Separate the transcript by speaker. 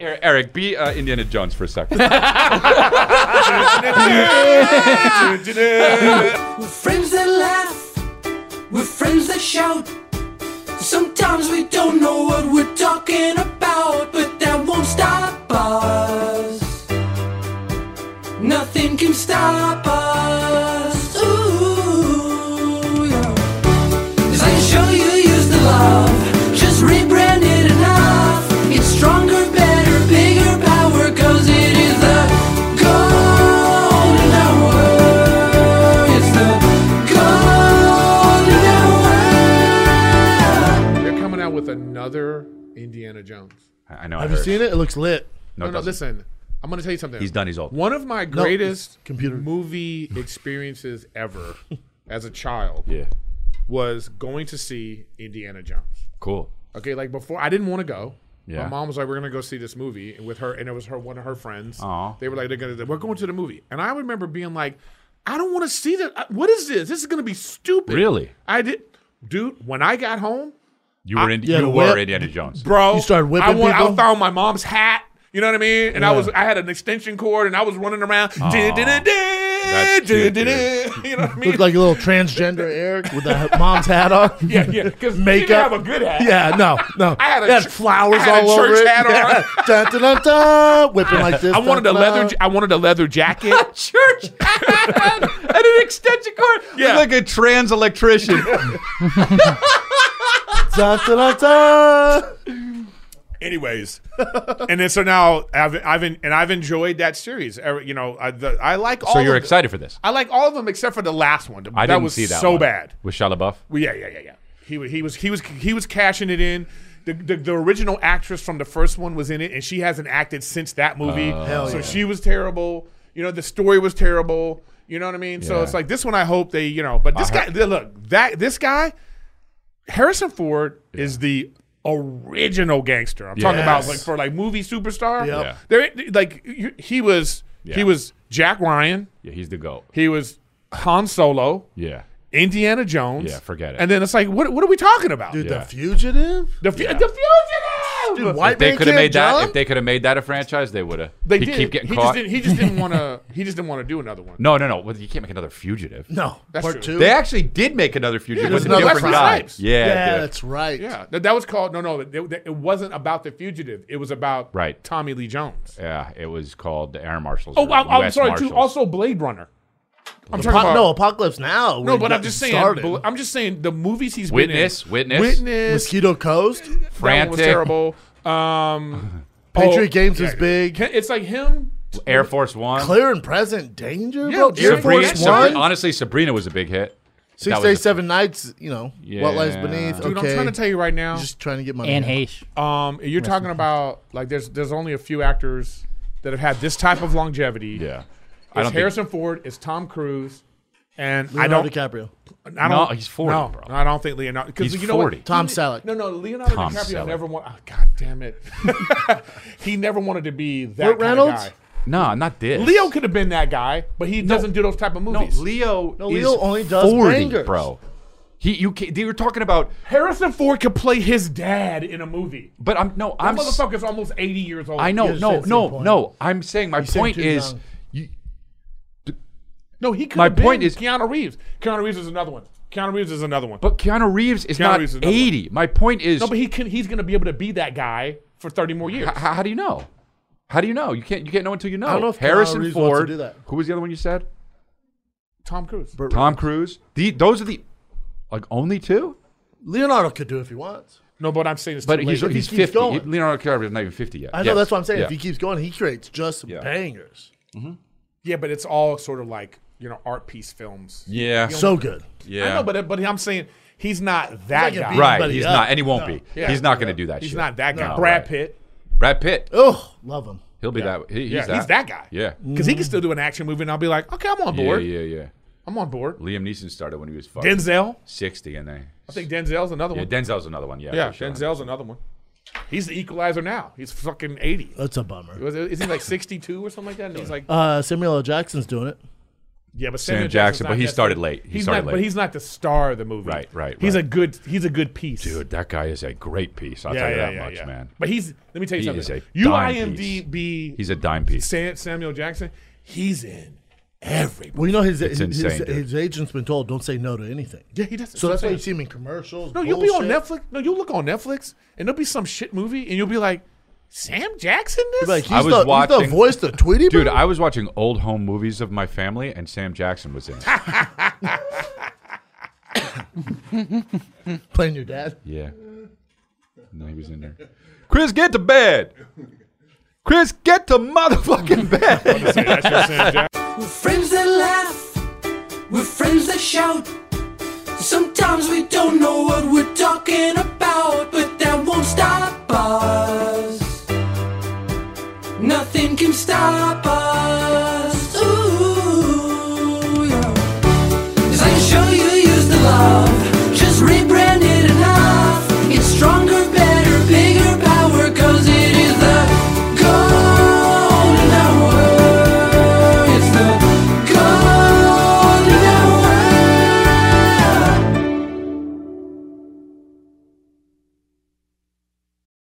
Speaker 1: Er- Eric, be uh, Indiana Jones for a second.
Speaker 2: We're friends that laugh, we're friends that shout. Sometimes we don't know what we're talking about, but that won't stop us. Nothing can stop us. Ooh, yeah. 'Cause I can show you use the love, just rebrand it enough. It's stronger, better, bigger power, cause it is the golden hour. It's the golden hour.
Speaker 3: They're coming out with another Indiana Jones.
Speaker 1: I know. I
Speaker 4: Have you
Speaker 1: heard.
Speaker 4: seen it? It looks lit.
Speaker 3: No,
Speaker 1: it
Speaker 3: no,
Speaker 1: doesn't.
Speaker 3: listen. I'm going to tell you something.
Speaker 1: He's done. He's old.
Speaker 3: One of my greatest
Speaker 4: computer.
Speaker 3: movie experiences ever as a child
Speaker 1: Yeah.
Speaker 3: was going to see Indiana Jones.
Speaker 1: Cool.
Speaker 3: Okay, like before, I didn't want to go.
Speaker 1: Yeah.
Speaker 3: My mom was like, "We're gonna go see this movie with her," and it was her one of her friends.
Speaker 1: Aw.
Speaker 3: They were like, "They're gonna, we're going to the movie," and I remember being like, "I don't want to see that. I- What is this? This is gonna be stupid."
Speaker 1: Really?
Speaker 3: I did, dude. When I got home,
Speaker 1: You were in,
Speaker 4: Yeah,
Speaker 1: you
Speaker 4: the
Speaker 1: were
Speaker 4: whip.
Speaker 1: Indiana Jones.
Speaker 3: bro,
Speaker 4: You started whipping
Speaker 3: I went, I
Speaker 4: people?
Speaker 3: found my mom's hat. You know what I mean? And I
Speaker 4: Yeah.
Speaker 3: was, I had an extension cord, and I was running around. That's
Speaker 1: cute,
Speaker 3: You know what I mean?
Speaker 4: Looked like a little transgender Eric with the mom's hat on.
Speaker 3: yeah, yeah. Because
Speaker 4: Makeup.
Speaker 3: have a good hat.
Speaker 4: Yeah, no, no.
Speaker 3: I had a
Speaker 4: It
Speaker 3: ch-
Speaker 4: flowers
Speaker 3: I had a
Speaker 4: all
Speaker 3: church
Speaker 4: over it.
Speaker 3: hat on.
Speaker 4: Yeah. Dun, dun, dun, dun. Whipping like this.
Speaker 3: I wanted a
Speaker 4: dun, dun,
Speaker 3: leather.
Speaker 4: dun.
Speaker 3: j- I wanted a leather jacket.
Speaker 1: Church and an extension cord.
Speaker 3: Yeah.
Speaker 1: Like a trans electrician.
Speaker 4: Dun, dun, dun, dun.
Speaker 3: Anyways, and then so now I've I've en- and I've enjoyed that series. Er, You know, I, the, I like all.
Speaker 1: so
Speaker 3: of
Speaker 1: you're
Speaker 3: the-
Speaker 1: excited for this?
Speaker 3: I like all of them except for the last one.
Speaker 1: I
Speaker 3: that
Speaker 1: didn't
Speaker 3: was
Speaker 1: see that.
Speaker 3: so
Speaker 1: one.
Speaker 3: bad.
Speaker 1: With Shia LaBeouf?
Speaker 3: Well, yeah, yeah, yeah, yeah. He wa- he was he was he was cashing it in. The, the, the original actress from the first one was in it, and she hasn't acted since that movie.
Speaker 4: Oh, Hell
Speaker 3: so
Speaker 4: yeah.
Speaker 3: she was terrible. You know, the story was terrible. You know what I mean? So
Speaker 1: Yeah.
Speaker 3: it's like this one. I hope they, you know, but this guy, look, that this guy, Harrison Ford is the original gangster. I'm talking about
Speaker 4: Yes.
Speaker 3: like for like movie superstar.
Speaker 4: Yep. Yeah.
Speaker 3: There, like you- he was,
Speaker 1: Yeah.
Speaker 3: he was Jack Ryan.
Speaker 1: Yeah, he's the GOAT.
Speaker 3: He was Han Solo.
Speaker 1: Yeah.
Speaker 3: Indiana Jones.
Speaker 1: Yeah, forget it.
Speaker 3: And then it's like, what, what are we talking about?
Speaker 4: Dude,
Speaker 1: Yeah.
Speaker 4: the fugitive.
Speaker 3: the, fu- the fugitive.
Speaker 4: Dude, white
Speaker 1: If they
Speaker 4: man
Speaker 1: could have
Speaker 4: can't
Speaker 1: made that.
Speaker 4: jump?
Speaker 1: If they could have made that a franchise, they would have.
Speaker 3: They
Speaker 1: He'd
Speaker 3: did.
Speaker 1: keep getting
Speaker 3: he
Speaker 1: caught.
Speaker 3: Just didn't, he just didn't want to. He just didn't want to do another one.
Speaker 1: No, no, no. Well, you can't make another fugitive.
Speaker 4: no,
Speaker 3: That's
Speaker 4: part
Speaker 3: true.
Speaker 4: two.
Speaker 1: They actually did make another fugitive
Speaker 3: Yeah,
Speaker 1: with a
Speaker 4: there's another
Speaker 1: different
Speaker 4: Wesley
Speaker 1: guy.
Speaker 3: Snipes.
Speaker 1: Yeah,
Speaker 4: yeah,
Speaker 1: yeah.
Speaker 4: that's right.
Speaker 3: Yeah, that, that was called. No, no, it, it- it wasn't about the fugitive. It was about
Speaker 1: Right.
Speaker 3: Tommy Lee Jones.
Speaker 1: Yeah, it was called the Air Marshals.
Speaker 3: Oh,
Speaker 1: or
Speaker 3: I'm, I'm
Speaker 1: US
Speaker 3: sorry
Speaker 1: Marshals.
Speaker 3: too. Also, Blade Runner. I'm talking
Speaker 4: Apo-
Speaker 3: about
Speaker 4: no, Apocalypse Now.
Speaker 3: no,
Speaker 4: when
Speaker 3: but
Speaker 4: it
Speaker 3: I'm just saying.
Speaker 4: started.
Speaker 3: Bl- I'm just saying the movies he's
Speaker 1: Witness,
Speaker 3: been
Speaker 1: Witness.
Speaker 3: in. Witness,
Speaker 4: Mosquito Coast.
Speaker 3: that one was
Speaker 1: Frantic.
Speaker 3: terrible. Um,
Speaker 4: Patriot
Speaker 3: oh,
Speaker 4: Games is
Speaker 3: yeah.
Speaker 4: big.
Speaker 3: It's like him.
Speaker 1: Air Force One.
Speaker 4: Clear and present danger,
Speaker 3: Yeah,
Speaker 4: bro. Air
Speaker 3: Sabrina-
Speaker 1: Sabrina,
Speaker 4: Force
Speaker 1: Sabrina-
Speaker 4: One.
Speaker 1: honestly, Sabrina was a big hit.
Speaker 4: Six
Speaker 1: that was
Speaker 4: days,
Speaker 1: a-
Speaker 4: seven nights. You know what lies
Speaker 1: Yeah.
Speaker 4: beneath.
Speaker 3: Dude,
Speaker 4: okay,
Speaker 3: I'm trying to tell you right now.
Speaker 4: just trying to get money.
Speaker 5: Anne
Speaker 4: now.
Speaker 5: Heche.
Speaker 3: Um, you're talking about like there's there's only a few actors that have had this type of longevity.
Speaker 1: Yeah, I
Speaker 3: it's
Speaker 1: don't
Speaker 3: Harrison Ford, it's Tom Cruise, and
Speaker 4: Leonardo
Speaker 3: I don't,
Speaker 4: DiCaprio.
Speaker 3: I
Speaker 1: No,
Speaker 3: don't.
Speaker 1: he's 40,
Speaker 3: no,
Speaker 1: bro.
Speaker 3: no, I don't think Leonardo. Because
Speaker 1: He's
Speaker 3: you know what?
Speaker 1: 40.
Speaker 4: Tom
Speaker 3: He-
Speaker 4: Selleck.
Speaker 3: No, no, Leonardo
Speaker 1: Tom
Speaker 3: DiCaprio
Speaker 1: Selleck.
Speaker 3: never wanted. Oh, God damn it! he never wanted to be that
Speaker 4: Burt
Speaker 3: kind
Speaker 4: Reynolds?
Speaker 3: of guy.
Speaker 1: No, not this.
Speaker 3: Leo could have been that guy, but he doesn't do those type of
Speaker 1: no,
Speaker 3: movies.
Speaker 1: Leo. No,
Speaker 4: Leo only does
Speaker 1: forty,
Speaker 4: bangers.
Speaker 1: bro. He, you, ca- you were talking about,
Speaker 3: Harrison Ford could play his dad in a movie.
Speaker 1: but I'm no,
Speaker 3: That
Speaker 1: I'm. s-
Speaker 3: motherfucker's almost 80 years old.
Speaker 1: I know,
Speaker 4: You're
Speaker 1: no,
Speaker 4: saying
Speaker 1: no,
Speaker 4: same point.
Speaker 1: no. I'm saying my
Speaker 4: saying
Speaker 1: point
Speaker 4: too
Speaker 1: is,
Speaker 4: young.
Speaker 1: you,
Speaker 3: No, he could
Speaker 1: My
Speaker 3: have been
Speaker 1: point is-
Speaker 3: Keanu Reeves. Keanu Reeves is another one. Keanu Reeves is another one.
Speaker 1: but Keanu Reeves is
Speaker 3: Keanu
Speaker 1: not
Speaker 3: Reeves is another one.
Speaker 1: eighty. My point is,
Speaker 3: no, but he can. He's gonna be able to be that guy for thirty more years.
Speaker 1: How, how do you know? How do you know? You can't you can't know until you know.
Speaker 4: don't know if Keanu
Speaker 1: Harrison
Speaker 4: Reeves wants to
Speaker 1: Ford.
Speaker 4: do that.
Speaker 1: Who was the other one you said?
Speaker 3: Tom Cruise.
Speaker 1: Tom Cruise. The, those are the like only two.
Speaker 4: Leonardo could do it if he wants.
Speaker 3: No, but I'm saying it's
Speaker 1: But
Speaker 3: too
Speaker 1: he's
Speaker 3: late.
Speaker 1: he's
Speaker 4: keeps
Speaker 1: fifty.
Speaker 4: going.
Speaker 1: He- Leonardo DiCaprio's not even fifty yet.
Speaker 4: I know
Speaker 1: Yeah.
Speaker 4: that's what I'm saying.
Speaker 1: Yeah.
Speaker 4: If he keeps going, he creates just
Speaker 1: Yeah.
Speaker 4: bangers.
Speaker 3: yeah, but it's all sort of like you know art piece films.
Speaker 1: yeah,
Speaker 4: So good.
Speaker 1: yeah.
Speaker 3: I know, but but I'm saying he's not that
Speaker 4: He's not
Speaker 3: guy.
Speaker 4: gonna be-
Speaker 1: right,
Speaker 4: Anybody
Speaker 1: he's
Speaker 4: up.
Speaker 1: not, and he won't be.
Speaker 3: Yeah.
Speaker 1: he's not going to do that.
Speaker 3: He's
Speaker 1: shit.
Speaker 3: not that guy.
Speaker 1: No,
Speaker 3: Brad
Speaker 1: right.
Speaker 3: Pitt.
Speaker 1: Brad Pitt.
Speaker 4: Oh, love him.
Speaker 1: He'll be that. He, he's
Speaker 3: Yeah, he's that guy.
Speaker 1: Yeah.
Speaker 3: Because he can still do an action movie, and I'll be like, okay, I'm on
Speaker 1: Yeah,
Speaker 3: board.
Speaker 1: yeah, yeah.
Speaker 3: I'm on board.
Speaker 1: Liam Neeson started when he was fucking
Speaker 3: Denzel.
Speaker 1: sixty, and they.
Speaker 3: I think Denzel's another
Speaker 1: Yeah,
Speaker 3: one.
Speaker 1: Denzel's another one. Yeah,
Speaker 3: yeah,
Speaker 1: for sure.
Speaker 3: Denzel's another one. He's the equalizer now. He's fucking eighty.
Speaker 4: That's a bummer.
Speaker 3: Was it, is he like sixty two or something like that? And he's like,
Speaker 4: Uh, Samuel L. Jackson's doing it.
Speaker 3: Yeah, but
Speaker 1: Sam
Speaker 3: Samuel
Speaker 1: Jackson,
Speaker 3: Jackson's
Speaker 1: but
Speaker 3: not
Speaker 1: he
Speaker 3: necessarily-
Speaker 1: started late. He
Speaker 3: he's
Speaker 1: started
Speaker 3: not,
Speaker 1: late.
Speaker 3: but he's not the star of the movie.
Speaker 1: Right, right,
Speaker 3: He's
Speaker 1: right.
Speaker 3: a good, he's a good piece,
Speaker 1: Dude, that guy is a great piece. I'll tell you that much, man.
Speaker 3: But he's, let me tell you
Speaker 1: He
Speaker 3: something.
Speaker 1: is a
Speaker 3: you
Speaker 1: dime
Speaker 3: IMDb,
Speaker 1: He's a dime piece.
Speaker 3: Sam, Samuel Jackson, he's in every.
Speaker 4: Well, you know his his,
Speaker 1: insane,
Speaker 4: his,
Speaker 1: dude.
Speaker 4: his agent's been told don't say no to anything.
Speaker 3: Yeah, he does.
Speaker 4: So that's why
Speaker 3: what
Speaker 4: you
Speaker 3: I'm saying.
Speaker 4: see him in commercials.
Speaker 3: No, you'll be on
Speaker 4: bullshit.
Speaker 3: Netflix. No, you'll look on Netflix, and there'll be some shit movie, and you'll be like, Sam Jackson. This.
Speaker 4: Like he's,
Speaker 1: I was
Speaker 4: the, he's
Speaker 1: watching-
Speaker 4: the voice to Tweety.
Speaker 1: Dude,
Speaker 4: Bird?
Speaker 1: I was watching old home movies of my family, and Sam Jackson was in it.
Speaker 4: playing your dad.
Speaker 1: yeah. No, he was in there. Chris, get to bed. Chris, get to motherfucking bed.
Speaker 2: We're friends that laugh, we're friends that shout. Sometimes we don't know what we're talking about, but that won't stop us. Nothing can stop us.